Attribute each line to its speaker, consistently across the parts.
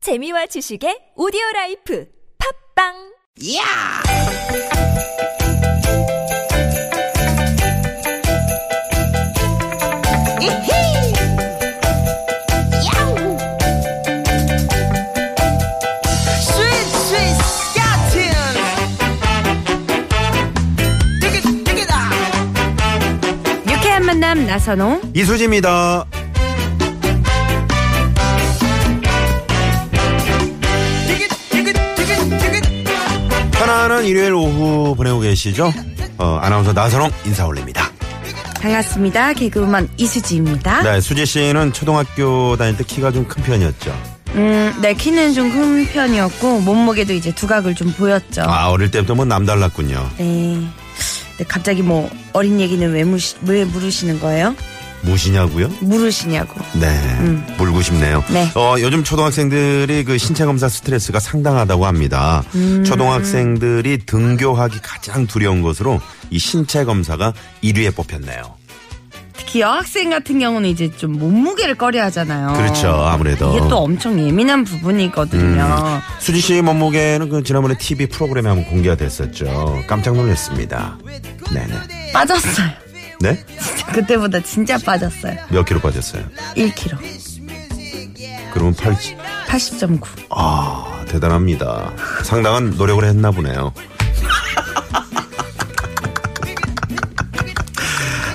Speaker 1: 재미와 지식의 오디오 라이프 팝빵!
Speaker 2: 이야! 이히! 야우! 스윗, 스윗, 스카틴! 띠기, 띠기다!
Speaker 3: 유쾌한 만남 나선홍
Speaker 4: 이수지입니다.
Speaker 2: 띠기, 띠기, 띠기, 띠기!
Speaker 4: 편안한 일요일 오후 보내고 계시죠? 어, 아나운서 나선홍 인사 올립니다.
Speaker 3: 반갑습니다 개그우먼 이수지입니다
Speaker 4: 네, 수지 씨는 초등학교 다닐 때 키가 좀 큰 편이었죠.
Speaker 3: 음, 네 키는 좀 큰 편이었고 몸무게도 이제 두각을 좀 보였죠
Speaker 4: 아, 어릴 때부터 뭐 남달랐군요.
Speaker 3: 네 근데 갑자기 뭐 어린 얘기는 왜, 무시, 왜 물으시는 거예요?
Speaker 4: 무시냐고요?
Speaker 3: 물으시냐고
Speaker 4: 네, 물고 싶네요.
Speaker 3: 음. 네.
Speaker 4: 어, 요즘 초등학생들이 그 신체 검사 스트레스가 상당하다고 합니다.
Speaker 3: 음.
Speaker 4: 초등학생들이 등교하기 가장 두려운 것으로 이 신체 검사가 1위에 뽑혔네요.
Speaker 3: 특히 여학생 같은 경우는 이제 좀 몸무게를 꺼려 하잖아요
Speaker 4: 그렇죠, 아무래도.
Speaker 3: 이게 또 엄청 예민한 부분이거든요
Speaker 4: 수지 씨 몸무게는 그 지난번에 TV 프로그램에 한번 공개가 됐었죠. 깜짝 놀랐습니다. 네네.
Speaker 3: 빠졌어요
Speaker 4: 네?
Speaker 3: 진짜 그때보다 진짜 빠졌어요
Speaker 4: 몇 킬로 빠졌어요?
Speaker 3: 1kg
Speaker 4: 그러면 팔,
Speaker 3: 80.9
Speaker 4: 아, 대단합니다. 상당한 노력을 했나 보네요.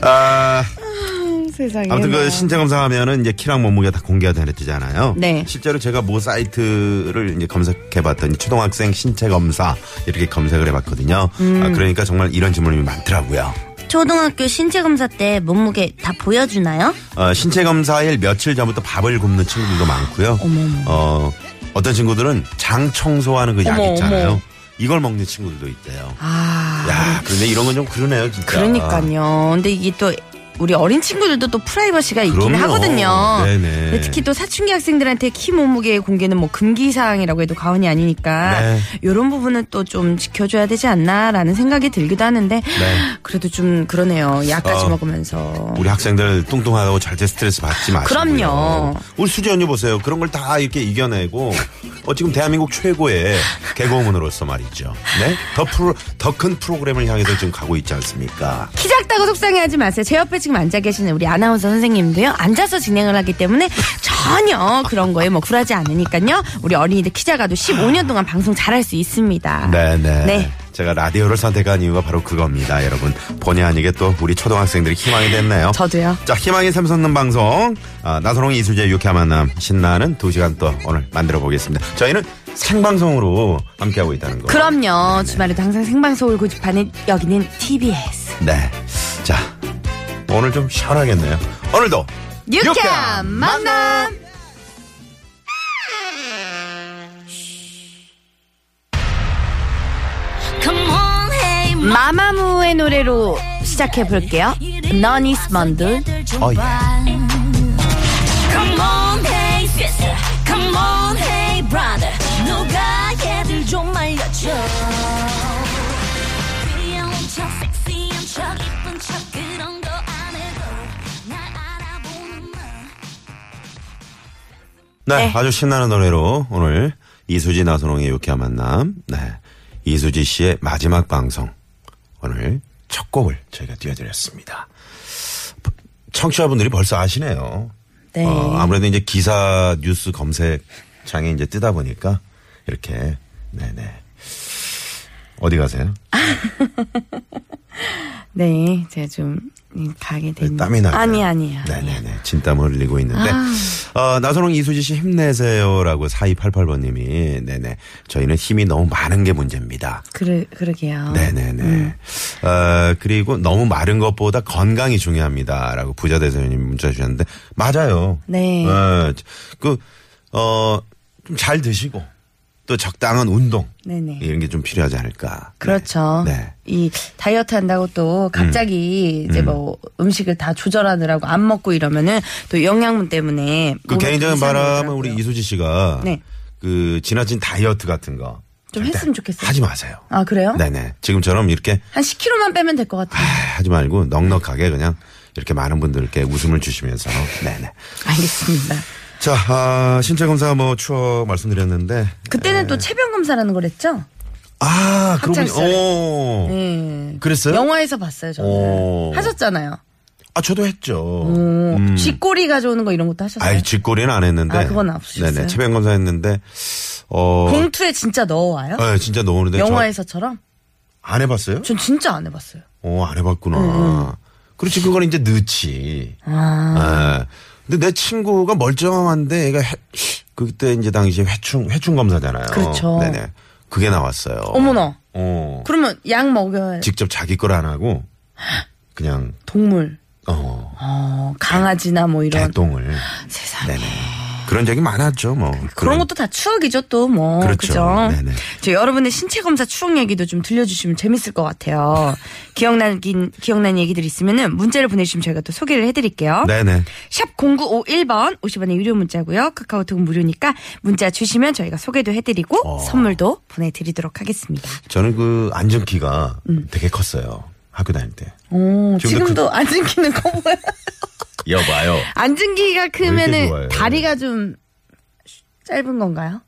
Speaker 4: 아,
Speaker 3: 세상에 뭐.
Speaker 4: 아무튼 그 신체 검사하면은 이제 키랑 몸무게 다 공개가 되잖아요.
Speaker 3: 네.
Speaker 4: 실제로 제가 모 사이트를 이제 검색해봤더니 초등학생 신체 검사 이렇게 검색을 해봤거든요.
Speaker 3: 음.
Speaker 4: 아, 그러니까 정말 이런 질문이 많더라고요.
Speaker 3: 초등학교 신체 검사 때 몸무게 다 보여주나요?
Speaker 4: 어, 신체 검사일 며칠 전부터 밥을 굶는 친구들도 많고요. 어, 어떤 친구들은 장 청소하는 그 약
Speaker 3: 어머,
Speaker 4: 있잖아요.
Speaker 3: 어머.
Speaker 4: 이걸 먹는 친구들도 있대요.
Speaker 3: 아,
Speaker 4: 야, 그런데 이런 건 좀 그러네요, 진짜.
Speaker 3: 그러니까요. 근데 이게 또 우리 어린 친구들도 또 프라이버시가 있긴
Speaker 4: 그럼요.
Speaker 3: 하거든요.
Speaker 4: 네네.
Speaker 3: 근데 특히 또 사춘기 학생들한테 키 몸무게 공개는 뭐 금기 사항이라고 해도 과언이 아니니까
Speaker 4: 네.
Speaker 3: 이런 부분은 또 좀 지켜줘야 되지 않나라는 생각이 들기도 하는데
Speaker 4: 네.
Speaker 3: 그래도 좀 그러네요. 약까지
Speaker 4: 어.
Speaker 3: 먹으면서
Speaker 4: 우리 학생들 뚱뚱하다고 절대 스트레스 받지 마시고.
Speaker 3: 그럼요.
Speaker 4: 우리 수지 언니 보세요. 그런 걸 다 이렇게 이겨내고, 어, 지금 대한민국 최고의 개그우먼으로서 말이죠. 네? 더 프로, 더 큰 프로그램을 향해서 지금 가고 있지 않습니까?
Speaker 3: 키 작다고 속상해하지 마세요. 제 옆에 지금 앉아 계시는 우리 아나운서 선생님도요. 앉아서 진행을 하기 때문에 전혀 그런 거에 뭐 굴하지 않으니까요. 우리 어린이들 키 작아도 15년 동안 방송 잘할 수 있습니다.
Speaker 4: 네네.
Speaker 3: 네.
Speaker 4: 제가 라디오를 선택한 이유가 바로 그겁니다, 여러분. 본의 아니게 또 우리 초등학생들이 희망이 됐네요.
Speaker 3: 저도요.
Speaker 4: 자, 희망이 샘솟는 방송. 아, 나선홍 이수재 유쾌한 만남 신나는 두 시간 또 오늘 만들어 보겠습니다. 저희는 생방송으로 함께하고 있다는 거.
Speaker 3: 그럼요. 주말에도 항상 생방송을 고집하는 여기는 TBS.
Speaker 4: 네. 자, 오늘 좀 시원하겠네요. 오늘도
Speaker 3: 유쾌한 만남! 마마무의 노래로 시작해볼게요. 너니스 먼들.
Speaker 4: 어, 예.
Speaker 5: Come on, hey sister. Come on, hey brother. 누가 얘들 좀 알려줘. 귀여운 척, 섹시한 척, 이쁜 척 그런 거 안 해도 날 알아보는 너.
Speaker 4: 네,
Speaker 3: 네.
Speaker 4: 아주 신나는 노래로 오늘 이수지 나선홍의 유쾌한 만남. 네. 이수지 씨의 마지막 방송. 오늘 첫 곡을 저희가 띄워드렸습니다. 청취자분들이 벌써 아시네요.
Speaker 3: 네.
Speaker 4: 어, 아무래도 이제 기사 뉴스 검색창에 이제 뜨다 보니까 이렇게 네네 어디 가세요?
Speaker 3: 네, 제가 좀 가게
Speaker 4: 네,
Speaker 3: 됐네요.
Speaker 4: 땀이 나요.
Speaker 3: 아니 아니요. 아.
Speaker 4: 네네네. 진땀을 흘리고 있는데. 어, 나선홍 이수지 씨 힘내세요라고 4288번님이. 네네. 저희는 힘이 너무 많은 게 문제입니다.
Speaker 3: 그러 그러게요.
Speaker 4: 네네네.
Speaker 3: 음.
Speaker 4: 어, 그리고 너무 마른 것보다 건강이 중요합니다. 라고 부자 대선님 문자 주셨는데. 맞아요.
Speaker 3: 네.
Speaker 4: 어, 그, 어, 좀 잘 드시고 또 적당한 운동.
Speaker 3: 네네.
Speaker 4: 이런 게 좀 필요하지 않을까.
Speaker 3: 그렇죠.
Speaker 4: 네. 음. 네.
Speaker 3: 이 다이어트 한다고 또 갑자기 이제 뭐 음식을 다 조절하느라고 안 먹고 이러면은 또 영양분 때문에
Speaker 4: 그
Speaker 3: 몸에
Speaker 4: 개인적인
Speaker 3: 이상이
Speaker 4: 바람은
Speaker 3: 오더라고요.
Speaker 4: 우리 이수지 씨가
Speaker 3: 네.
Speaker 4: 그 지나친 다이어트 같은 거
Speaker 3: 좀
Speaker 4: 절대
Speaker 3: 했으면 좋겠어요.
Speaker 4: 하지 마세요.
Speaker 3: 아 그래요?
Speaker 4: 네네. 지금처럼 이렇게
Speaker 3: 한 10kg만 빼면 될 것
Speaker 4: 아,
Speaker 3: 같아요.
Speaker 4: 하지 말고 넉넉하게 그냥 이렇게 많은 분들께 웃음을 주시면서 네네.
Speaker 3: 알겠습니다.
Speaker 4: 자, 아, 신체 검사 뭐 추억 말씀드렸는데.
Speaker 3: 그때는
Speaker 4: 네.
Speaker 3: 또 체변 검사라는 걸 했죠.
Speaker 4: 아, 그러군요.
Speaker 3: 학창시절에.
Speaker 4: 어.
Speaker 3: 예.
Speaker 4: 그랬어요?
Speaker 3: 영화에서 봤어요, 저는.
Speaker 4: 오.
Speaker 3: 하셨잖아요.
Speaker 4: 아, 저도 했죠.
Speaker 3: 오, 쥐꼬리 가져오는 거 이런 것도 하셨어요.
Speaker 4: 음. 아이, 쥐꼬리는 안 했는데.
Speaker 3: 아, 그건 없으셨어요?
Speaker 4: 네네, 체변 검사 했는데, 어.
Speaker 3: 봉투에 진짜 넣어와요?
Speaker 4: 예, 진짜 넣었는데. 저
Speaker 3: 영화에서처럼?
Speaker 4: 안 해봤어요?
Speaker 3: 전 진짜 안 해봤어요.
Speaker 4: 어, 안 해봤구나.
Speaker 3: 음.
Speaker 4: 그렇지, 그건 이제 늦지.
Speaker 3: 아.
Speaker 4: 예. 근데 내 친구가 멀쩡한데 얘가 해- 그때 이제 당시에 회충, 회충 검사잖아요.
Speaker 3: 그렇죠.
Speaker 4: 네네. 그게 나왔어요.
Speaker 3: 어머나.
Speaker 4: 어.
Speaker 3: 그러면 약 먹여요.
Speaker 4: 직접 자기 걸 안 하고, 그냥,
Speaker 3: 동물.
Speaker 4: 어,
Speaker 3: 어, 강아지나 뭐 이런.
Speaker 4: 개똥을.
Speaker 3: 세상에.
Speaker 4: 네, 네네. 그런 적이 많았죠, 뭐.
Speaker 3: 그런 것도 다 추억이죠, 또 뭐.
Speaker 4: 그렇죠.
Speaker 3: 그죠?
Speaker 4: 네네.
Speaker 3: 저 여러분의 신체 검사 추억 얘기도 좀 들려주시면 재밌을 것 같아요. 기억나긴, 기억난 얘기들 있으면은 문자를 보내주시면 저희가 또 소개를 해드릴게요.
Speaker 4: 네네.
Speaker 3: 샵 0951번 50원의 유료 문자고요. 카카오톡 무료니까 문자 주시면 저희가 소개도 해드리고
Speaker 4: 어.
Speaker 3: 선물도 보내드리도록 하겠습니다.
Speaker 4: 저는 그 안전키가
Speaker 3: 음.
Speaker 4: 되게 컸어요. 학교 다닐 때.
Speaker 3: 오,
Speaker 4: 어, 지금도 그
Speaker 3: 지금도 안증기는 커 보여.
Speaker 4: 여봐요.
Speaker 3: 안증기가
Speaker 4: 왜 이렇게
Speaker 3: 크면은
Speaker 4: 좋아해요?
Speaker 3: 다리가 좀 짧은 건가요?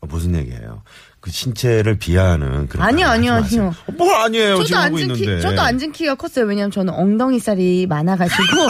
Speaker 4: 어, 무슨 얘기예요? 그 신체를 비하하는 그런.
Speaker 3: 아니요,
Speaker 4: 말을
Speaker 3: 아니요,
Speaker 4: 하지 마세요.
Speaker 3: 아니요.
Speaker 4: 어, 뭘 아니에요,
Speaker 3: 저도
Speaker 4: 지금 하고
Speaker 3: 안증키
Speaker 4: 있는데.
Speaker 3: 저도 안증키가 컸어요. 왜냐면 저는 엉덩이 살이 많아가지고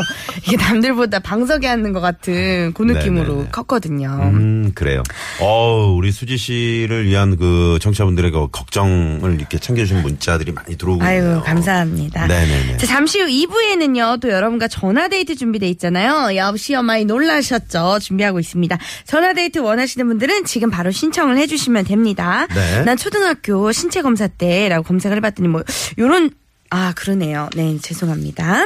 Speaker 3: 이게 남들보다 방석에 앉는 것 같은 그 느낌으로
Speaker 4: 네네네.
Speaker 3: 컸거든요.
Speaker 4: 음, 그래요. 어우, 우리 수지 씨를 위한 그 청취자분들의 그 걱정을 이렇게 챙겨주신 문자들이 많이 들어오고 있네요.
Speaker 3: 아유 감사합니다.
Speaker 4: 음. 네네네.
Speaker 3: 자, 잠시 후 2부에는요 또 여러분과 전화데이트 준비돼 있잖아요. 여보시요 많이 놀라셨죠? 준비하고 있습니다. 전화데이트 원하시는 분들은 지금 바로 신청을 해주시면 됩니다.
Speaker 4: 네.
Speaker 3: 난 초등학교 신체 검사 때라고 검색을 해봤더니 뭐 요런 아 그러네요. 네 죄송합니다.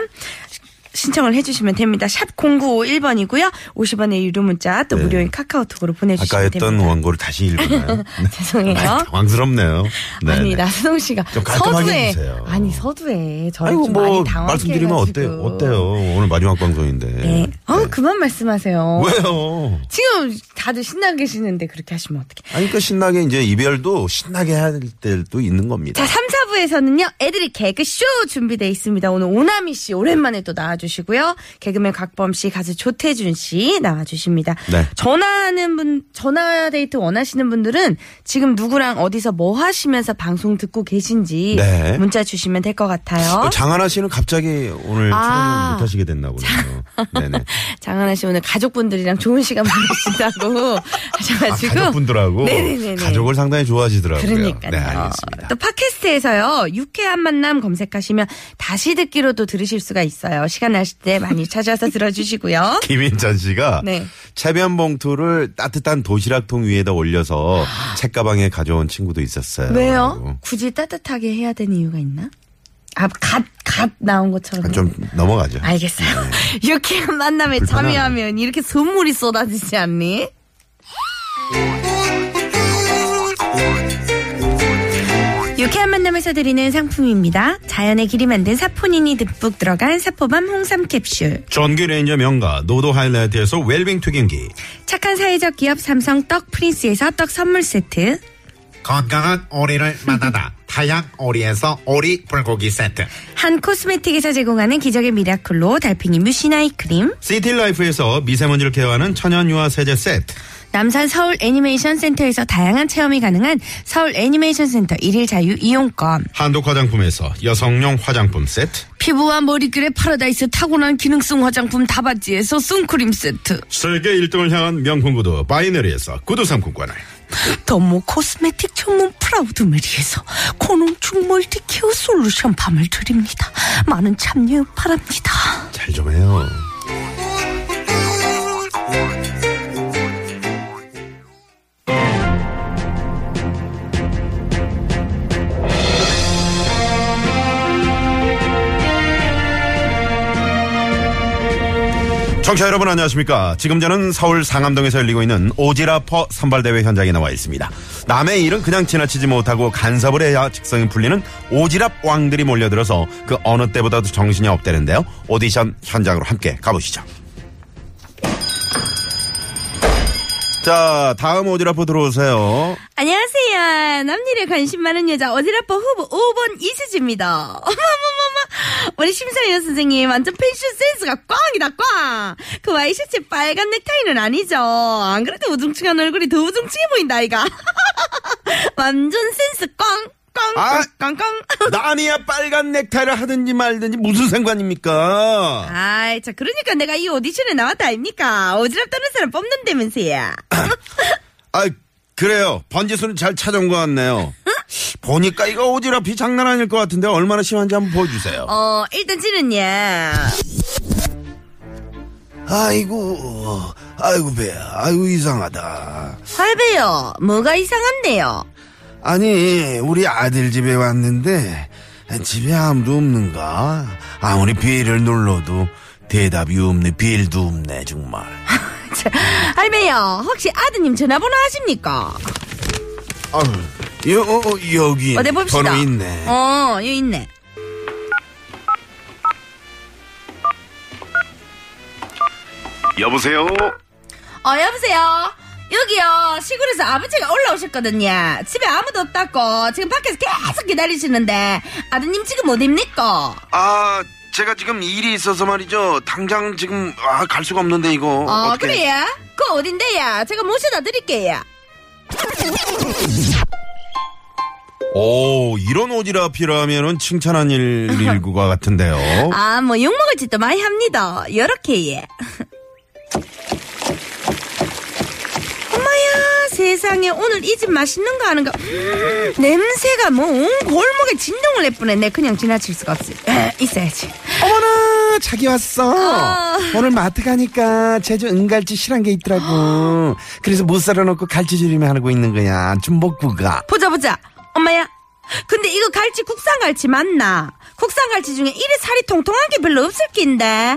Speaker 3: 신청을 해주시면 됩니다. 샵 0951번이고요. 50원의 유료 문자 또 무료인 카카오톡으로
Speaker 4: 네. 아까
Speaker 3: 보내주시면 됩니다.
Speaker 4: 했던 원고를 다시 읽으나요?
Speaker 3: 죄송해요.
Speaker 4: 당황스럽네요. 네네.
Speaker 3: 아니 나선홍 씨가
Speaker 4: 좀 깔끔하게
Speaker 3: 서두에
Speaker 4: 해주세요.
Speaker 3: 아니 서두에 저를
Speaker 4: 아이고
Speaker 3: 좀
Speaker 4: 뭐
Speaker 3: 많이 당황해
Speaker 4: 말씀드리면 어때요? 어때요? 오늘 마지막 방송인데.
Speaker 3: 네. 어 그만 말씀하세요.
Speaker 4: 왜요?
Speaker 3: 지금 다들 신나게 계시는데 그렇게 하시면 어떡해.
Speaker 4: 아니, 그러니까 신나게 이제 이별도 신나게 할 때도 있는 겁니다.
Speaker 3: 자, 3, 4부에서는요, 애들이 개그쇼 준비되어 있습니다. 오늘 오나미 씨 오랜만에 또 나와주시고요. 개그맨 곽범 씨, 가수 조태준 씨 나와주십니다.
Speaker 4: 네.
Speaker 3: 전화하는 분, 전화 데이트 원하시는 분들은 지금 누구랑 어디서 뭐 하시면서 방송 듣고 계신지
Speaker 4: 네.
Speaker 3: 문자 주시면 될 것 같아요.
Speaker 4: 어, 장하나 씨는 갑자기 오늘
Speaker 3: 아.
Speaker 4: 출연을 못 하시게 됐나 보네요. 네네.
Speaker 3: 장하나 씨 오늘 가족분들이랑 좋은 시간 보내신다고
Speaker 4: 아,
Speaker 3: 하셔가지고.
Speaker 4: 가족분들하고
Speaker 3: 네네네네.
Speaker 4: 가족을 상당히 좋아하시더라고요.
Speaker 3: 그러니까요.
Speaker 4: 네, 알겠습니다.
Speaker 3: 또 팟캐스트에서요. 유쾌한 만남 검색하시면 다시 듣기로도 들으실 수가 있어요. 시간 나실 때 많이 찾아서 들어주시고요.
Speaker 4: 네. 김인찬 씨가
Speaker 3: 네.
Speaker 4: 체변 봉투를 따뜻한 도시락통 위에다 올려서 책가방에 가져온 친구도 있었어요.
Speaker 3: 왜요?
Speaker 4: 라고.
Speaker 3: 굳이 따뜻하게 해야 되는 이유가 있나? 아, 갓, 갓 나온 것처럼.
Speaker 4: 아, 좀 넘어가죠.
Speaker 3: 알겠어요. 유쾌한 만남에
Speaker 4: 네. 불편하네.
Speaker 3: 참여하면 이렇게 선물이 쏟아지지 않니? 유쾌한 만남에서 드리는 상품입니다. 자연의 길이 만든 사포닌이 듬뿍 들어간 사포밤 홍삼 캡슐.
Speaker 4: 전기레인저 명가 노도 하이라이트에서 웰빙 튀김기
Speaker 3: 착한 사회적 기업 삼성 떡 프린스에서 떡 선물 세트.
Speaker 5: 건강한 오리를 만나다 타양 오리에서 오리 불고기 세트
Speaker 3: 한 코스메틱에서 제공하는 기적의 미라클로 달팽이 뮤신 아이크림.
Speaker 4: 시티라이프에서 미세먼지를 케어하는 천연 유화 세제 세트
Speaker 3: 남산 서울 애니메이션 센터에서 다양한 체험이 가능한 서울 애니메이션 센터 일일 자유 이용권.
Speaker 4: 한독 화장품에서 여성용 화장품 세트
Speaker 3: 피부와 머릿결의 파라다이스 타고난 기능성 화장품 다바지에서 선크림 세트.
Speaker 4: 세계 1등을 향한 명품 구두 바이너리에서 구두 상품권을
Speaker 3: 더모 코스메틱 전문 프라우드메리에서 코농축 멀티케어 솔루션 밤을 드립니다. 많은 참여 바랍니다.
Speaker 4: 잘 좀 해요 청취자 여러분 안녕하십니까 지금 저는 서울 상암동에서 열리고 있는 오지라퍼 선발대회 현장에 나와 있습니다 남의 일은 그냥 지나치지 못하고 간섭을 해야 직성이 풀리는 오지랖 왕들이 몰려들어서 그 어느 때보다도 정신이 없대는데요 오디션 현장으로 함께 가보시죠 자 다음 오지라퍼 들어오세요
Speaker 3: 안녕하세요. 남일에 관심 많은 여자 어지라퍼 후보 5번 이수지입니다. 어머머머머
Speaker 2: 우리 심사위원 선생님 완전 패션 센스가 꽝이다 꽝. 그 와이셔츠 빨간 넥타이는 아니죠. 안 그래도 우중충한 얼굴이 더 우중충해 보인다 아이가. 완전 센스 꽝.
Speaker 4: 아.
Speaker 2: 꽝꽝꽝꽝.
Speaker 4: 나니야 빨간 넥타이를 하든지 말든지 무슨 상관입니까?
Speaker 2: 아이, 자, 그러니까 내가 이 오디션에 나왔다 아닙니까? 오지랖 떠는 사람 뽑는다면서요.
Speaker 4: 아 그래요. 번지수는 잘 찾아온 것 같네요. 보니까 이거 오지랖이 장난 아닐 것 같은데 얼마나 심한지 한번 보여주세요.
Speaker 2: 어, 일단 찌는요.
Speaker 4: 아이고, 아이고 배야, 아이고 이상하다.
Speaker 2: 할배요, 뭐가 이상한데요?
Speaker 4: 아니 우리 아들 집에 왔는데 집에 아무도 없는가? 아무리 비를 눌러도 대답이 없네, 빌도 없네 정말.
Speaker 2: 아. 자, 할배요, 혹시 아드님 전화번호 아십니까?
Speaker 4: 아유, 여 어, 어, 여기
Speaker 2: 어디 봅시다.
Speaker 4: 번호 있네.
Speaker 2: 어, 여기 있네.
Speaker 6: 여보세요?
Speaker 2: 어, 여보세요? 여기요, 시골에서 아버지가 올라오셨거든요. 집에 아무도 없다고, 지금 밖에서 계속 기다리시는데, 아드님 지금 어딥니까?
Speaker 4: 아 제가 지금 일이 있어서 말이죠. 당장 지금 아, 갈 수가 없는데 이거.
Speaker 2: 어,
Speaker 4: 어떡해.
Speaker 2: 그래요? 그 어딘데요? 제가 모셔다 드릴게요.
Speaker 4: 오, 이런 오지랖이라면은 칭찬한 일 일구가 같은데요.
Speaker 2: 아, 뭐, 욕먹을 짓도 많이 합니다. 요렇게, 예. 엄마야, 세상에, 오늘 이 집 맛있는 거 하는 거. 음, 냄새가 뭐, 온 골목에 진동을 냈뿐에 내 그냥 지나칠 수가 없어. 에, 있어야지.
Speaker 7: 어머나 자기 왔어
Speaker 2: 아.
Speaker 7: 오늘 마트 가니까 제주 은갈치 실한 게 있더라고 그래서 못 살아놓고 갈치조림 하고 있는 거야 좀 먹고 가
Speaker 2: 보자, 보자. 엄마야. 근데 이거 갈치 국산갈치 맞나? 국산갈치 중에 이리 살이 통통한 게 별로 없을 낀데.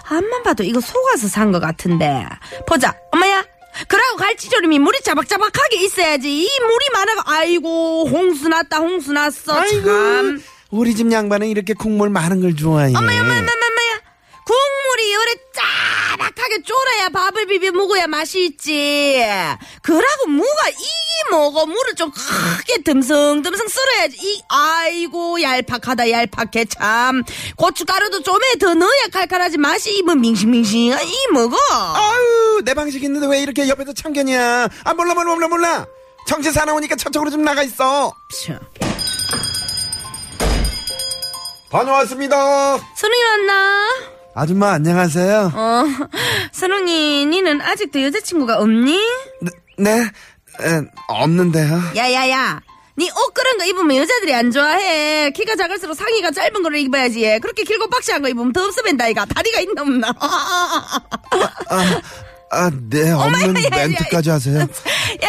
Speaker 2: 암만 봐도 이거 속아서 산 것 같은데. 보자, 엄마야. 그러고 갈치조림이 물이 자박자박하게 있어야지. 이 물이 많아가, 아이고, 홍수 났다, 홍수 났어. 참.
Speaker 7: 우리 집 양반은 이렇게 국물 많은 걸 좋아해
Speaker 4: 네.
Speaker 2: 엄마야, 엄마야, 엄마야, 엄마야. 국물이 요래 짜락하게 쫄아야 밥을 비벼 먹어야 맛이 있지. 그러고 무가 이기 먹어 물을 좀 크게 듬성듬성 썰어야지. 이 아이고 얄팍하다 얄팍해 참. 고춧가루도 좀 해 더 넣어야 칼칼하지 맛이 입은 밍싱밍싱 이 먹어.
Speaker 7: 아유 내 방식 있는데 왜 이렇게 옆에서 참견이야 아 몰라 몰라 몰라 몰라 정신 사나우니까 저쪽으로 좀 나가 있어
Speaker 2: 참.
Speaker 7: 다녀왔습니다
Speaker 2: 선웅이 왔나?
Speaker 7: 아줌마 안녕하세요
Speaker 2: 어, 선웅이 니는 아직도 여자친구가 없니?
Speaker 7: 네 에, 없는데요
Speaker 2: 야야야 니 옷 그런 거 입으면 여자들이 안 좋아해 키가 작을수록 상의가 짧은 걸 입어야지 그렇게 길고 박시한 거 입으면 더 없어 뵌다 이가 다리가 있나 없나
Speaker 7: 아 네 없는
Speaker 2: 어머야, 야, 야.
Speaker 7: 멘트까지 하세요
Speaker 2: 야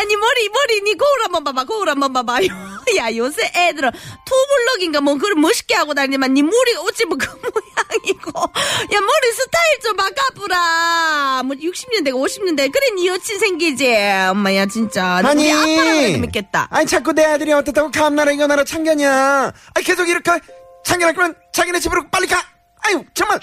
Speaker 2: 니 머리 머리 니 거울 한번 봐봐 거울 한번 봐봐 야 요새 애들은 투블럭인가 뭐 그걸 멋있게 하고 다니지만 니 머리가 어찌 뭐 그 모양이고 야 머리 스타일 좀 바꿔보라 뭐 60년대가 50년대 그래 니 여친 생기지 엄마야 진짜 나 우리 아빠랑 그래도 믿겠다
Speaker 7: 아니 자꾸 내 아들이 어떻다고 감나라 이거나라 참견이야. 아니 계속 이렇게 참견할 거면 자기네 집으로 빨리 가. 아유 정말.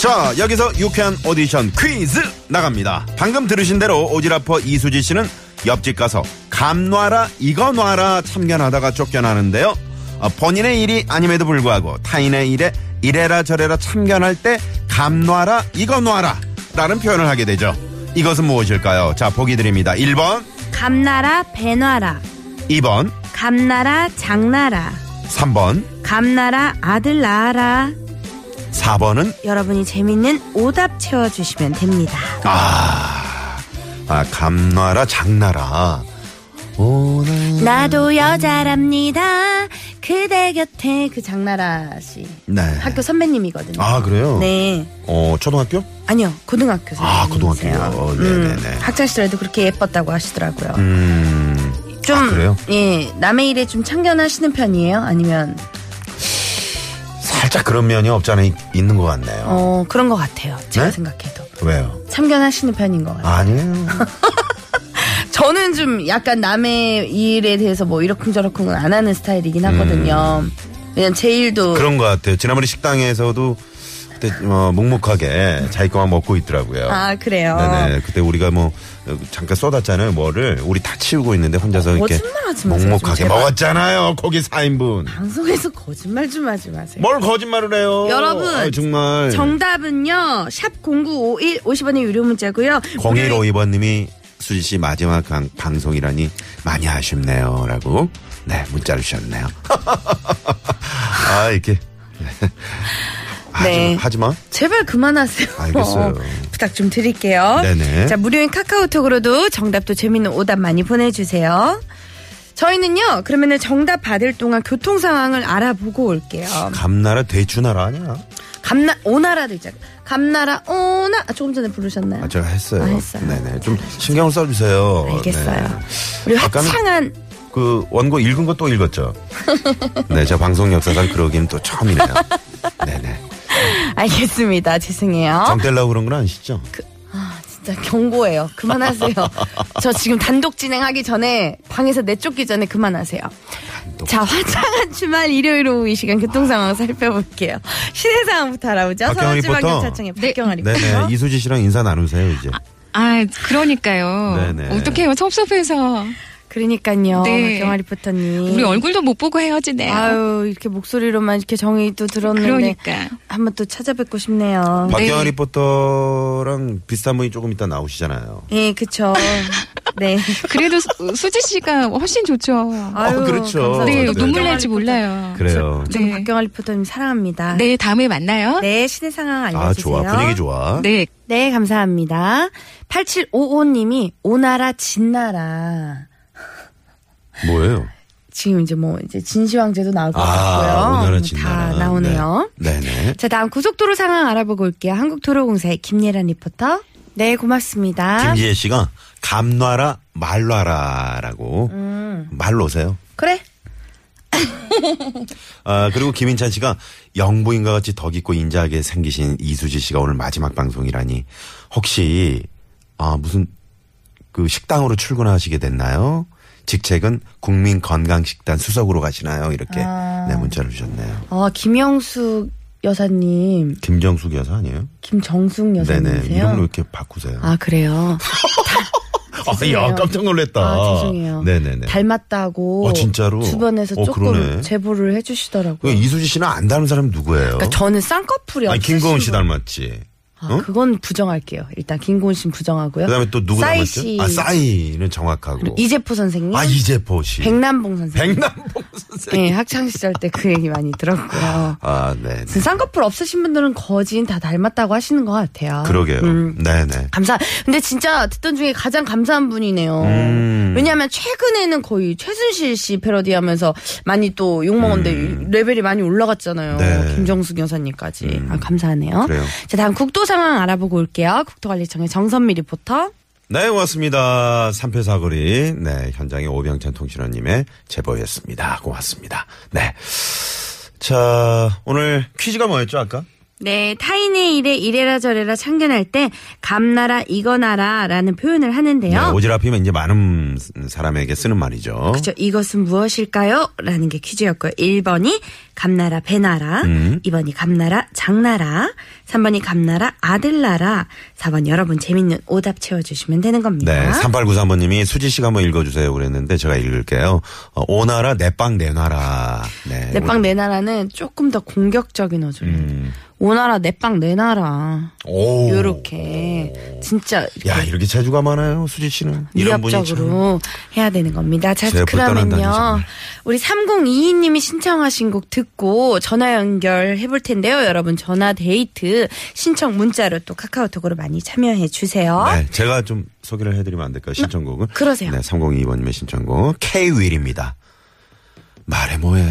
Speaker 4: 자, 여기서 유쾌한 오디션 퀴즈 나갑니다. 방금 들으신 대로 오지라퍼 이수지 씨는 옆집 가서 감 놔라, 이거 놔라 참견하다가 쫓겨나는데요. 어, 본인의 일이 아님에도 불구하고 타인의 일에 이래라 저래라 참견할 때 감 놔라, 이거 놔라 라는 표현을 하게 되죠. 이것은 무엇일까요? 자, 보기 드립니다. 1번,
Speaker 2: 감나라 배나라
Speaker 4: 2번,
Speaker 2: 감나라 장나라
Speaker 4: 3번,
Speaker 2: 감나라 아들 나라
Speaker 4: 4번은
Speaker 2: 여러분이 재밌는 오답 채워주시면 됩니다
Speaker 4: 아, 감 놔라, 장나라. 오늘
Speaker 2: 나도 여자랍니다 그대 곁에 그 장나라 씨
Speaker 4: 네.
Speaker 2: 학교 선배님이거든요
Speaker 4: 아, 그래요?
Speaker 2: 네
Speaker 4: 어, 초등학교?
Speaker 2: 아니요 고등학교 선배님 음,
Speaker 4: 아, 고등학교요? 어, 네네네.
Speaker 2: 학창시절에도 그렇게 예뻤다고 하시더라고요
Speaker 4: 음.
Speaker 2: 좀
Speaker 4: 아, 그래요?
Speaker 2: 예, 남의 일에 좀 참견하시는 편이에요? 아니면
Speaker 4: 살짝 그런 면이 없지 않아 있- 있는 것 같네요.
Speaker 2: 어 그런 것 같아요 제가
Speaker 4: 네?
Speaker 2: 생각해도
Speaker 4: 왜요?
Speaker 2: 참견하시는 편인 것 같아요
Speaker 4: 아니에요.
Speaker 2: 저는 좀 약간 남의 일에 대해서 뭐 이러쿵저러쿵은 안
Speaker 4: 음.
Speaker 2: 하는 스타일이긴 하거든요. 왜냐면 제 일도
Speaker 4: 그런 것 같아요. 지난번에 식당에서도 그때 어, 묵묵하게 자기 것만 먹고 있더라고요.
Speaker 2: 아, 그래요?
Speaker 4: 네네. 그때 우리가 뭐 어, 잠깐 쏟았잖아요. 뭐를 우리 다 치우고 있는데 혼자서 이렇게
Speaker 2: 어, 거짓말하지 마세요,
Speaker 4: 묵묵하게
Speaker 2: 좀 제발.
Speaker 4: 먹었잖아요. 고기 4인분.
Speaker 2: 방송에서 거짓말 좀 하지 마세요.
Speaker 4: 뭘 거짓말을 해요.
Speaker 2: 여러분,
Speaker 4: 아이, 정말
Speaker 2: 정답은요. 샵 0951 50원의 유료 문자고요.
Speaker 4: 0152번님이 수지 씨 마지막 강- 방송이라니 많이 아쉽네요라고 네 문자를 주셨네요. 아 이렇게
Speaker 2: 네.
Speaker 4: 하지, 마.
Speaker 2: 제발 그만하세요.
Speaker 4: 알겠어요.
Speaker 2: 부탁 좀 드릴게요.
Speaker 4: 네네.
Speaker 2: 자, 무료인 카카오톡으로도 정답도 재밌는 오답 많이 보내주세요. 저희는요, 그러면은 정답 받을 동안 교통 상황을 알아보고 올게요.
Speaker 4: 감나라 대추나라 아니야?
Speaker 2: 감나, 오나라도 있잖아요. 감나라, 오나, 아, 조금 전에 부르셨나요?
Speaker 4: 아, 제가 했어요.
Speaker 2: 아, 했어요.
Speaker 4: 네네 좀 신경을 써주세요.
Speaker 2: 알겠어요.
Speaker 4: 네.
Speaker 2: 우리
Speaker 4: 아까는-
Speaker 2: 화창한
Speaker 4: 그 원고 읽은 거 또 읽었죠. 네, 저 방송 역사상 그러기는 또 처음이네요. 네네.
Speaker 2: 알겠습니다. 죄송해요.
Speaker 4: 정떼려고 그런 건 아시죠?
Speaker 2: 아, 진짜 경고예요. 그만하세요. 저 지금 단독 진행하기 전에 방에서 내쫓기 전에 그만하세요. 자, 화창한 주말 일요일 오후 이 시간 교통 상황 살펴볼게요. 시내 상황부터 알아보죠.
Speaker 4: 박경원
Speaker 2: 서울지방경찰청의 박경아
Speaker 4: 네네.
Speaker 2: 리포터.
Speaker 4: 이수지 씨랑 인사 나누세요 이제.
Speaker 6: 아, 그러니까요.
Speaker 4: 네네.
Speaker 6: 어떡해요. 섭섭해서.
Speaker 2: 그러니까요,
Speaker 6: 네.
Speaker 2: 박경아 리포터님.
Speaker 6: 우리 얼굴도 못 보고 헤어지네요.
Speaker 2: 음. 아유, 이렇게 목소리로만 이렇게 정이 또 들었는데
Speaker 6: 그러니까.
Speaker 2: 한번 또 찾아뵙고 싶네요.
Speaker 4: 박경아
Speaker 6: 네.
Speaker 4: 리포터랑 비슷한 분이 조금 이따 나오시잖아요.
Speaker 2: 예, 그쵸. 네.
Speaker 6: 그래도 수- 수지 씨가 훨씬 좋죠.
Speaker 2: 아유,
Speaker 4: 그렇죠.
Speaker 2: 감사합니다.
Speaker 6: 네,
Speaker 4: 맞아요.
Speaker 6: 눈물
Speaker 2: 박경아
Speaker 6: 날지
Speaker 2: 리포터.
Speaker 6: 몰라요.
Speaker 4: 그래요.
Speaker 2: 저는
Speaker 6: 네.
Speaker 2: 박경아 리포터님 사랑합니다.
Speaker 6: 네, 다음에 만나요.
Speaker 2: 네, 시내 상황 알려주세요.
Speaker 4: 아 좋아 분위기 좋아.
Speaker 6: 네.
Speaker 2: 네, 감사합니다. 8755님이 오나라 진나라.
Speaker 4: 뭐예요?
Speaker 2: 지금 이제 뭐 이제 진시황제도 나올 것
Speaker 4: 아
Speaker 2: 같고요.
Speaker 4: 오늘은
Speaker 2: 뭐
Speaker 4: 진나라
Speaker 2: 다 나오네요.
Speaker 4: 네. 네네.
Speaker 2: 자, 다음 고속도로 상황 알아보고 올게요. 한국도로공사의 김예란 리포터. 네, 고맙습니다.
Speaker 4: 김지혜 씨가 감놔라 말놔라라고
Speaker 2: 음.
Speaker 4: 말로세요.
Speaker 2: 그래.
Speaker 4: 아, 그리고 김인찬 씨가 영부인과 같이 덕 있고 인자하게 생기신 이수지 씨가 오늘 마지막 방송이라니 혹시 아 무슨 그 식당으로 출근하시게 됐나요? 직책은 국민건강식단 수석으로 가시나요? 이렇게
Speaker 2: 아.
Speaker 4: 네 문자를 주셨네요.
Speaker 2: 어, 김영숙 여사님,
Speaker 4: 김정숙 여사 아니에요?
Speaker 2: 김정숙
Speaker 4: 네네 이름을
Speaker 2: 여사님이세요?
Speaker 4: 이렇게 바꾸세요.
Speaker 2: 아, 그래요.
Speaker 4: 야 깜짝 놀랐다.
Speaker 2: 아, 죄송해요.
Speaker 4: 네네네.
Speaker 2: 닮았다고.
Speaker 4: 아, 진짜로?
Speaker 2: 주변에서
Speaker 4: 어,
Speaker 2: 조금
Speaker 4: 그러네.
Speaker 2: 제보를
Speaker 4: 그
Speaker 2: 해주시더라고요.
Speaker 4: 이수지 씨는 안 닮은 사람이 누구예요?
Speaker 2: 그러니까 저는 쌍꺼풀이
Speaker 4: 아니 김고은 씨
Speaker 2: 없으신 분-
Speaker 4: 닮았지.
Speaker 2: 아,
Speaker 4: 어?
Speaker 2: 그건 부정할게요. 일단 김고은 씨는 부정하고요.
Speaker 4: 그다음에 또 누구
Speaker 2: 싸이
Speaker 4: 닮았죠?
Speaker 2: 씨.
Speaker 4: 아 싸이는 정확하고.
Speaker 2: 이재포 선생님.
Speaker 4: 아 이재포 씨.
Speaker 2: 백남봉 선생님.
Speaker 4: 백남봉 선생.
Speaker 2: 네, 학창 시절 때 그 얘기 많이 들었고요.
Speaker 4: 아 네.
Speaker 2: 지금 쌍꺼풀 없으신 분들은 거진 다 닮았다고 하시는 것 같아요.
Speaker 4: 그러게요.
Speaker 2: 음,
Speaker 4: 네네.
Speaker 2: 감사. 근데 진짜 듣던 중에 가장 감사한 분이네요.
Speaker 4: 음.
Speaker 2: 왜냐하면 최근에는 거의 최순실 씨 패러디하면서 많이 또 욕먹었는데 레벨이 많이 올라갔잖아요.
Speaker 4: 음. 네. 음.
Speaker 2: 김정숙 여사님까지. 아, 감사하네요.
Speaker 4: 그래요.
Speaker 2: 자, 다음 국도 상황 알아보고 올게요. 국토관리청의 정선미 리포터.
Speaker 4: 네 고맙습니다. 삼표 사거리 네 현장의 오병찬 통신원님의 제보였습니다. 고맙습니다. 네. 자 오늘 퀴즈가 뭐였죠 아까?
Speaker 2: 네, 타인의 일에 이래라 저래라 참견할 때 감나라 이거나라라는 표현을 하는데요.
Speaker 4: 네, 오지랖이면 이제 많은 사람에게 쓰는 말이죠.
Speaker 2: 그렇죠. 이것은 무엇일까요? 라는 게 퀴즈였고요. 1번이 감나라 배나라,
Speaker 4: 음.
Speaker 2: 2번이 감나라 장나라, 3번이 감나라 아들나라, 4번 여러분 재밌는 오답 채워주시면 되는 겁니다.
Speaker 4: 네, 3893번님이 수지 씨가 한번 읽어주세요 그랬는데 제가 읽을게요. 어, 오나라 내빵 내놔라. 네.
Speaker 2: 내빵 내나라는 조금 더 공격적인 어조예요. 오나라 내빵 내나라
Speaker 4: 음. 오.
Speaker 2: 요렇게 진짜
Speaker 4: 야 이렇게 재주가 많아요 수지 씨는. 이런 분이 참.
Speaker 2: 위협적으로 해야 되는 겁니다. 자,
Speaker 4: 제가 네. 불편하다니,
Speaker 2: 그러면요.
Speaker 4: 정말.
Speaker 2: 우리 3022님이 신청하신 곡 듣고 전화 연결해 볼 텐데요. 여러분 전화 데이트 신청 문자로 또 카카오톡으로 많이 참여해 주세요.
Speaker 4: 네, 제가 좀 소개를 해드리면 안 될까요? 신청곡은.
Speaker 2: 그러세요.
Speaker 4: 네, 302번님의 신청곡 K 윌입니다. 말해 뭐해.